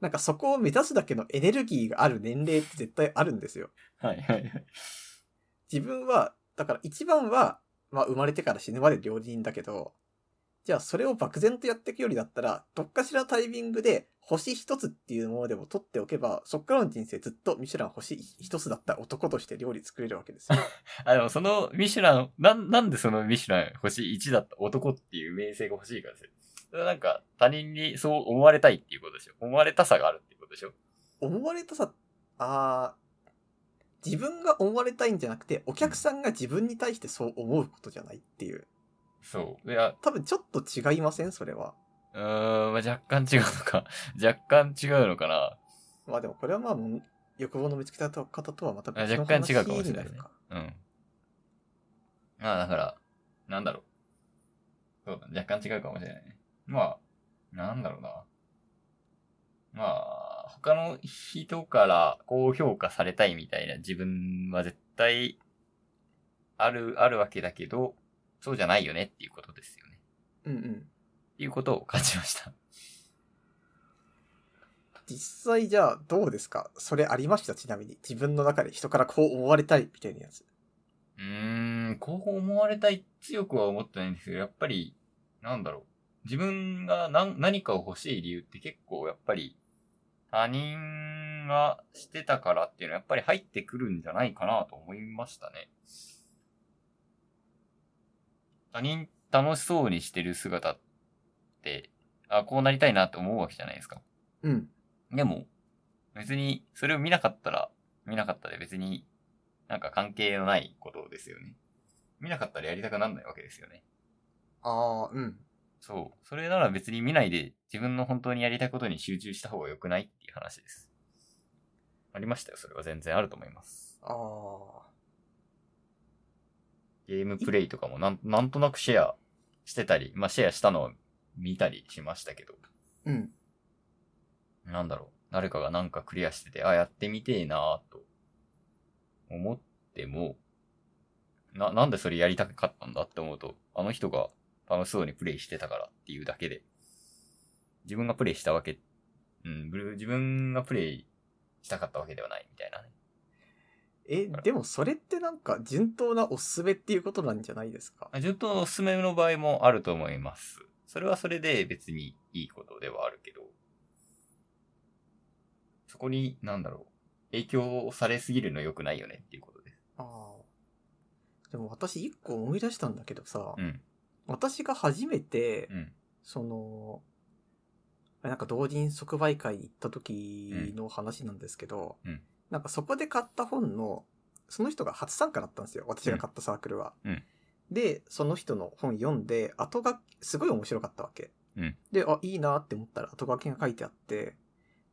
なんかそこを目指すだけのエネルギーがある年齢って絶対あるんですよ。はいはいはい。 自分は、だから一番は、まあ生まれてから死ぬまで料理人だけど、じゃあそれを漠然とやっていくよりだったら、どっかしらのタイミングで星一つっていうものでも取っておけば、そっからの人生ずっとミシュラン星一つだった男として料理作れるわけです よ。あ、でもそのミシュラン、なん、なんでそのミシュラン星1だった男っていう名声が欲しいからですよ。それはなんか他人にそう思われたいっていうことでしょ。思われたさがあるっていうことでしょ。思われたさ、あー自分が思われたいんじゃなくて、お客さんが自分に対してそう思うことじゃないっていう。そう。いや、多分ちょっと違いませんそれは。うーん、まあ、若干違うのか。 若干違うのかな。まあでもこれはまあ、もう欲望の見つけ方とはまた別あの若干話に違なうかもしれないるねか。うん。ああ、だから、なんだろう。そうだ、若干違うかもしれないね。まあ、なんだろうな。まあ、他の人から高評価されたいみたいな自分は絶対ある、あるわけだけど、そうじゃないよねっていうことですよね。うんうん。っていうことを感じました。実際じゃあどうですかそれありましたちなみに。自分の中で人からこう思われたいみたいなやつ。うーん、こう思われたい強くは思ってないんですけど、やっぱり、なんだろう。自分が何何かを欲しい理由って結構やっぱり、他人がしてたからっていうのはやっぱり入ってくるんじゃないかなと思いましたね。他人楽しそうにしてる姿って、あ、こうなりたいなって思うわけじゃないですか。うん。でも、別に、それを見なかったら、見なかったで別に、なんか関係のないことですよね。見なかったらやりたくなんないわけですよね。ああ、うん。そう。それなら別に見ないで、自分の本当にやりたいことに集中した方が良くないっていう話です。ありましたよ。それは全然あると思います。ああ。ゲームプレイとかもなん、なんとなくシェアしてたり、まあシェアしたのを見たりしましたけど、うん。なんだろう。誰かがなんかクリアしてて、あ、やってみてえなぁと、思っても、な、なんでそれやりたかったんだって思うと、あの人が楽しそうにプレイしてたからっていうだけで、自分がプレイしたわけ、うん、ブルー自分がプレイしたかったわけではないみたいなね。え、でもそれってなんか順当なおすすめっていうことなんじゃないですかあ順当おすすめの場合もあると思います。それはそれで別にいいことではあるけど、そこに、なんだろう、影響されすぎるの良くないよねっていうことです。ああ。でも私一個思い出したんだけどさ、うん。私が初めて、うん。その、なんか同人即売会に行った時の話なんですけど、うんうんなんかそこで買った本の、その人が初参加だったんですよ。私が買ったサークルは。うんで、その人の本読んで、後がすごい面白かったわけ。うんで、あ、いいなって思ったら後書きが書いてあって、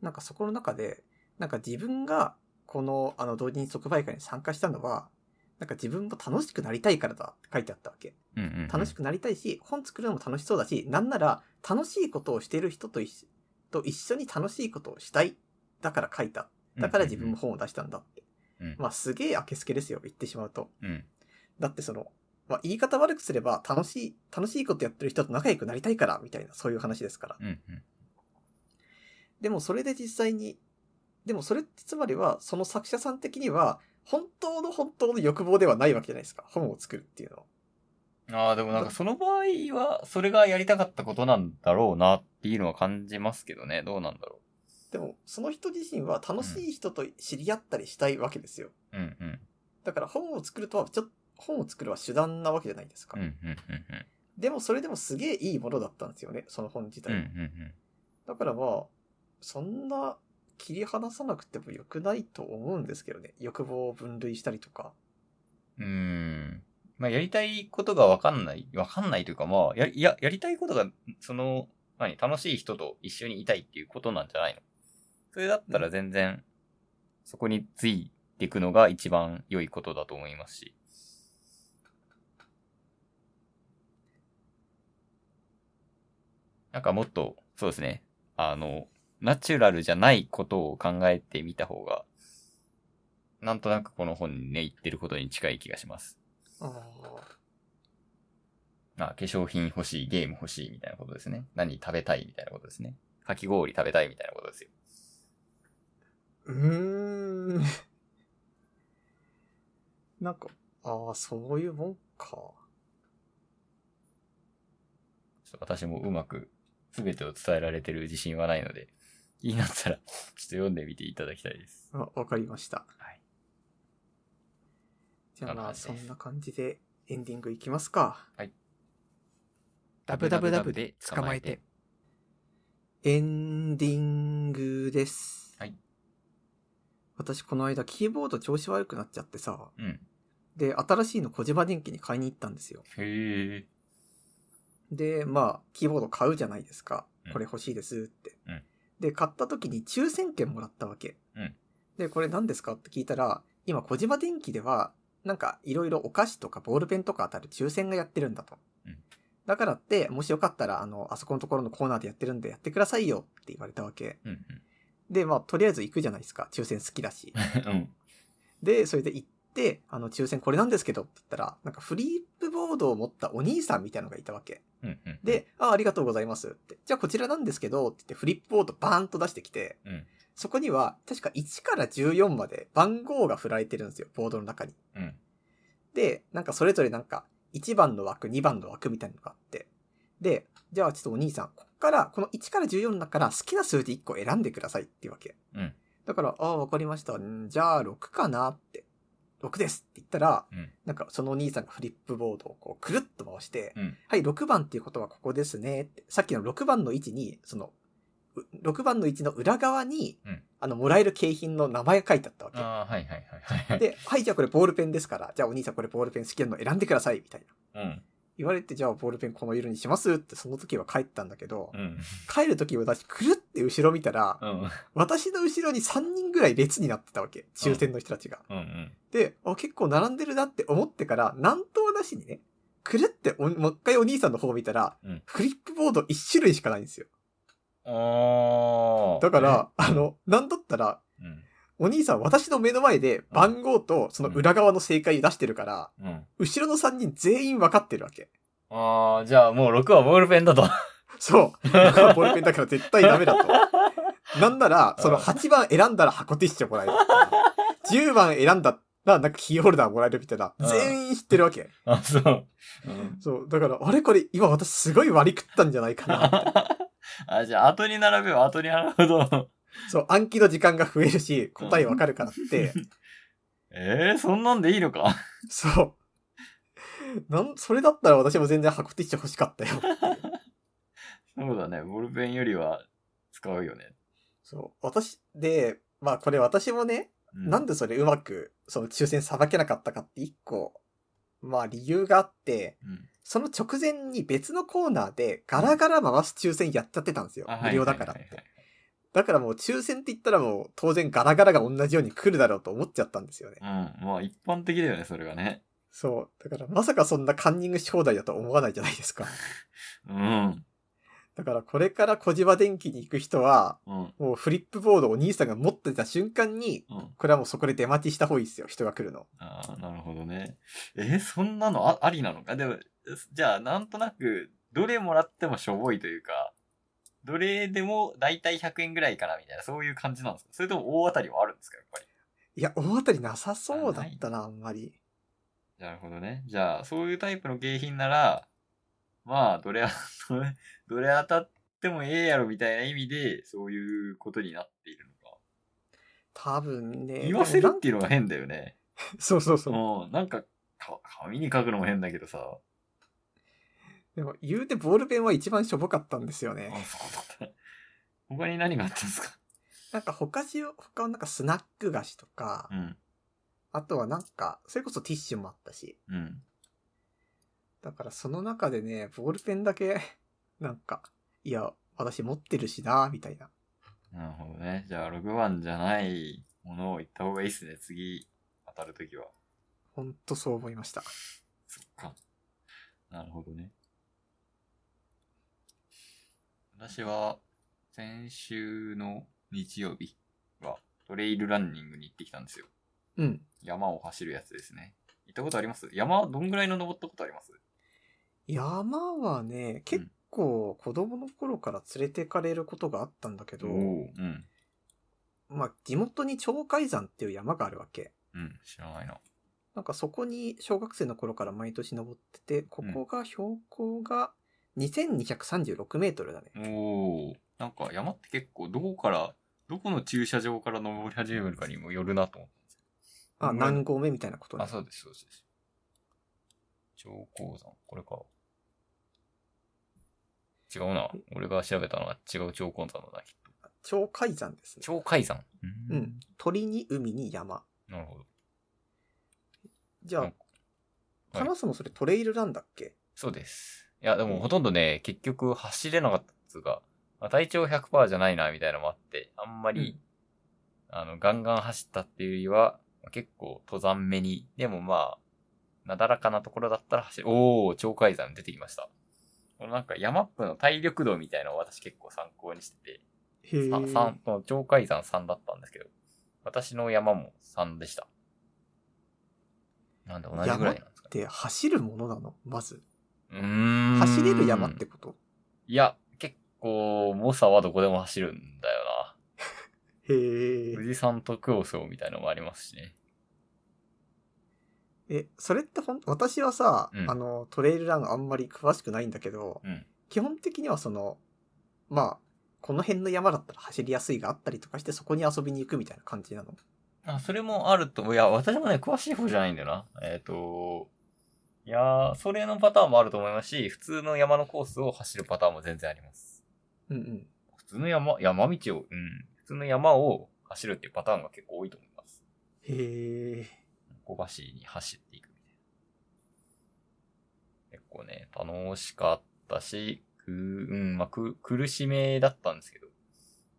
なんかそこの中で、なんか自分がこのあの同人即売会に参加したのは、なんか自分も楽しくなりたいからだって書いてあったわけ。うんうんうん楽しくなりたいし、本作るのも楽しそうだし、なんなら楽しいことをしてる人と一緒と一緒に楽しいことをしたい。だから書いた。だから自分も本を出したんだって。うんまあすげえ明けすけですよ、言ってしまうと。うんだってその、まあ言い方悪くすれば楽しい、楽しいことやってる人と仲良くなりたいから、みたいな、そういう話ですから。うんうんでもそれで実際に、でもそれってつまりは、その作者さん的には、本当の本当の欲望ではないわけじゃないですか。本を作るっていうのは。うんああ、でもなんかその場合は、それがやりたかったことなんだろうなっていうのは感じますけどね。どうなんだろでも、その人自身は楽しい人と知り合ったりしたいわけですよ。う。うんうん。だから本を作るとは、ちょっと、本を作るは手段なわけじゃないですか。うんうんうんうん。でも、それでもすげえいいものだったんですよね、その本自うん体。うんだからまあ、そんな切り離さなくてもよくないと思うんですけどね。欲望を分類したりとか。うん。うーん。まあ、やりたいことがわかんない、わかんないというかまあ、や、いや、やりたいことが、その、何、楽しい人と一緒にいたいっていうことなんじゃないのそれだったら全然、そこについていくのが一番良いことだと思いますし。なんかもっと、そうですね。あの、ナチュラルじゃないことを考えてみた方が、なんとなくこの本にね、言ってることに近い気がします。ああ、化粧品欲しい、ゲーム欲しいみたいなことですね。何食べたいみたいなことですね。かき氷食べたいみたいなことですよ。うーん。 なんか、ああ、そういうもんか。ちょっと私もうまく全てを伝えられてる自信はないので、気になったら、ちょっと読んでみていただきたいです。あわかりました。はい。じゃあまあ、そそんな感じですんな感じでエンディングいきますか。ダブダブダブで捕まえて。エンディングです。はい。私この間キーボード調子悪くなっちゃってさ、うん。で、新しいの小島電機に買いに行ったんですよ。へえ。で、まあ、キーボード買うじゃないですかうん。これ欲しいですって。うんで、買った時に抽選券もらったわけ。うんで、これ何ですかって聞いたら、今小島電機では、なんかいろいろお菓子とかボールペンとか当たる抽選がやってるんだと。うんだからって、もしよかったら、あの、あそこのところのコーナーでやってるんでやってくださいよって言われたわけ。うんで、まあ、とりあえず行くじゃないですか。抽選好きだし。うん。うん。で、それで行って、あの、抽選これなんですけどって言ったら、なんかフリップボードを持ったお兄さんみたいのがいたわけ。うんうん。、で、あ、ありがとうございますって。じゃあこちらなんですけど、って言ってフリップボードバーンと出してきて、うんそこには確か1から14まで番号が振られてるんですよ、ボードの中に。うん。で、なんかそれぞれなんか1番の枠、2番の枠みたいなのがあって。で、じゃあちょっとお兄さん、こから、この1から14の中から好きな数字1個選んでくださいっていうわけ。うんだから、ああ、わかりました。んじゃあ、6かなって。6ですって言ったら、うんなんかそのお兄さんがフリップボードをこうくるっと回して、うんはい、6番っていうことはここですねって。さっきの6番の位置に、その、う6番の位置の裏側に、うんあの、もらえる景品の名前が書いてあったわけ。ああ、はいはいはいはい。、で、はい、じゃあこれボールペンですから、じゃあお兄さんこれボールペン好きなの選んでください、みたいな。うん。言われて、じゃあボールペンこの色にしますってその時は帰ったんだけど、うん。帰る時私、くるって後ろ見たら、うん。私の後ろに3人ぐらい列になってたわけ。抽選の人たちが。うん。うん。で、あ、結構並んでるなって思ってから、なんともなしにね、くるっておもう一回お兄さんの方を見たら、うんフリップボード1種類しかないんですよ。ああ。だから、あの、なんだったら、え、うん。お兄さん私の目の前で番号とその裏側の正解を出してるから、うん。後ろの3人全員分かってるわけ。ああ、じゃあもう6はボールペンだと。 そう。だからボールペンだから絶対ダメだと。なんなら、その8番選んだら箱ティッシュもらえる。10番選んだら、なんかキーホルダーもらえるみたいな。うん全員知ってるわけ。あ、そう。うん。そう。だから、あれこれ、今私すごい割り食ったんじゃないかなって。あ、じゃあ後に並べば後に並ぶほど。そう、暗記の時間が増えるし、答えわかるからって。 ええそんなんでいいのか。そう。なん、それだったら私も全然箱ティッシュ欲しかったよ。そうだね。ボールペンよりは使うよね。そう。私、で、まあこれ私もね、なんででそれうまく、その抽選さばけなかったかって一個、まあ理由があって、うん。その直前に別のコーナーでガラガラ回す抽選やっちゃってたんですよあ。無料だからっはいはいはいて。だからもう抽選って言ったらもう当然ガラガラが同じように来るだろうと思っちゃったんですよね。はいうん。まあ一般的だよね、それがね。そう。だからまさかそんなカンニングし放題だと思わないじゃないですか。うん。だからこれから小島電機に行く人は、うん。もうフリップボードをお兄さんが持ってた瞬間に、うん。これはもうそこで出待ちした方がいいですよ。人が来るの。ああ、なるほどね。えーそんなのあありなのかでも、じゃあ、なんとなく、どれもらってもしょぼいというか、どれでも大体100円ぐらいかなみたいな、そういう感じなんですかそれとも大当たりはあるんですかやっぱり。いや、大当たりなさそうだったな、あんまり。なるほどね。じゃあ、そういうタイプの景品なら、まあ、どれあ、 どれ当たってもええやろみたいな意味で、そういうことになっているのか。多分ね。言わせでるもっていうのが変だよね。なんそうそうそう。うん、なんか、か紙に書くのも変だけどさ。でも、言うてボールペンは一番しょぼかったんですよあ、ね。そうだった。他に何があったんですかなんか他し、他はなんかスナック菓子とか、うん。あとはなんか、それこそティッシュもあったし。うん。だからその中でね、ボールペンだけ、 なんか、いや、私持ってるしな、みたいな。なるほどね。じゃあ、6番じゃないものを言った方がいいっすね。次、当たるときは。ほんとそう思いました。そっか。なるほどね。私は、先週の日曜日は、トレイルランニングに行ってきたんですよ。うん。山を走るやつですね。行ったことあります山、どんぐらいの登ったことあります山はね、結構子供の頃から連れてかれることがあったんだけど、うん。まあ、地元に鳥海山っていう山があるわけ。うん、知らないな。なんかそこに小学生の頃から毎年登ってて、ここが標高が2236メートルだね。おお。なんか山って結構どこから、どこの駐車場から登り始めるかにもよるなと思って。あ、うん何合目みたいなことねあ、。そうです、そうです。上高山、これか。違うな。俺が調べたのは違う上高山だな。鳥海山ですね。上海山。う。ん。鳥に海に山。なるほど。じゃうあん、はいカナスもそれトレイルなんだっけそうです。いや、でもほとんどね、結局走れなかったっつうか、まあ、体調100%じゃないな、みたいなのもあって、あんまり、あの、ガンガン走ったっていうよりは、まあ結構登山目に、でもまあ、なだらかなところだったら走る。おー、鳥海山出てきました。このなんか山っぷの体力度みたいなのを私結構参考にしてて、へーさ三この鳥海山3だったんですけど、私の山も3でした。なんで同じぐらいなんですかね。で、走るものなのまず。うーん走れる山ってこといや、結構、猛者はどこでも走るんだよへな。富ー士山とクロスみたいのもありますしね。え、それってほん、私はさ、うんあの、トレイルランあんまり詳しくないんだけど、うん。基本的にはその、まあ、この辺の山だったら走りやすいがあったりとかして、そこに遊びに行くみたいな感じなの。あ、それもあると、いや、私もね、詳しい方じゃないんだよな。えっ、と、いやー、それのパターンもあると思いますし、普通の山のコースを走るパターンも全然あります。うんうん。普通の山、山道を、うん、普通の山を走るっていうパターンが結構多いと思います。へえ。小走りに走っていくみたいな。結構ね、楽しかったし、く、うん、まあ、く、苦しめだったんですけど、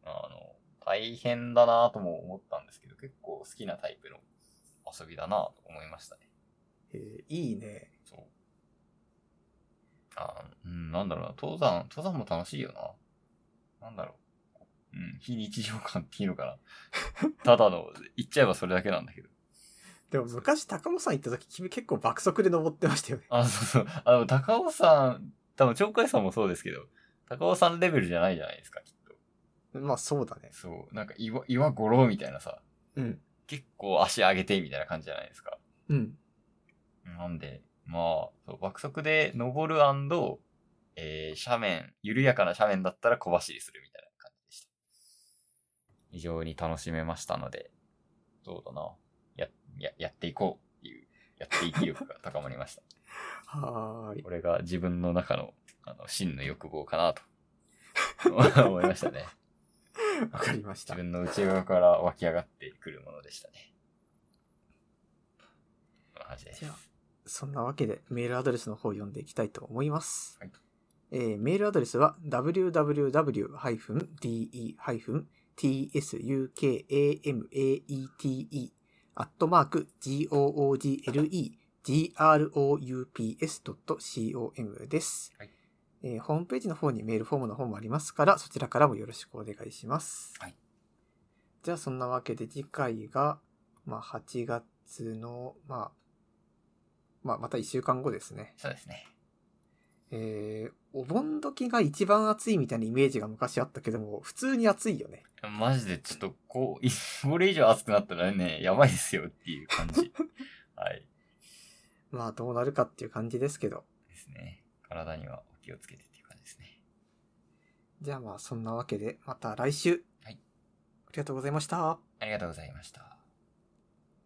あの、大変だなぁとも思ったんですけど、結構好きなタイプの遊びだなぁと思いましたね。へえ、いいね。そう。あーうん、なんだろうな、登山、登山も楽しいよな。なんだろう。うん、非日常感っていうのかな。 ただの、言っちゃえばそれだけなんだけど。でも昔高尾山行った時、君結構爆速で登ってましたよね。あ、そうそう。あの、高尾山、多分、鳥海山もそうですけど、高尾山レベルじゃないじゃないですか、きっと。まあそうだね。そう。なんか岩、岩五郎みたいなさ、うん。結構足上げて、みたいな感じじゃないですか。うん。なんで、まあ、そう爆速で登るえー、斜面、緩やかな斜面だったら小走りするみたいな感じでした。非常に楽しめましたので、どうだな。や、や、やっていこうっていう、やっていき力が高まりました。はーい。これが自分の中の、あの、真の欲望か なと、思いましたね。わかりました自。分の内側から湧き上がってくるものでしたね。こんな感じですじゃ。あそんなわけでメールアドレスの方を読んでいきたいと思います。はいえーメールアドレスは www-de-tsukamate アットマーク google.groups.com です、はいえーホームページの方にメールフォームの方もありますから、そちらからもよろしくお願いします。はいじゃあそんなわけで次回が、まあ8月の、まあ、まあ、また一週間後ですね。そうですね。えー、お盆時が一番暑いみたいなイメージが昔あったけども、普通に暑いよね。マジでちょっとこう、い これ以上暑くなったらね、やばいですよっていう感 じ。はい。まあ、どうなるかっていう感じですけど。ですね。体にはお気をつけてっていう感じですね。じゃあまあ、そんなわけで、また来週。はいありがとうございました。ありがとうございました。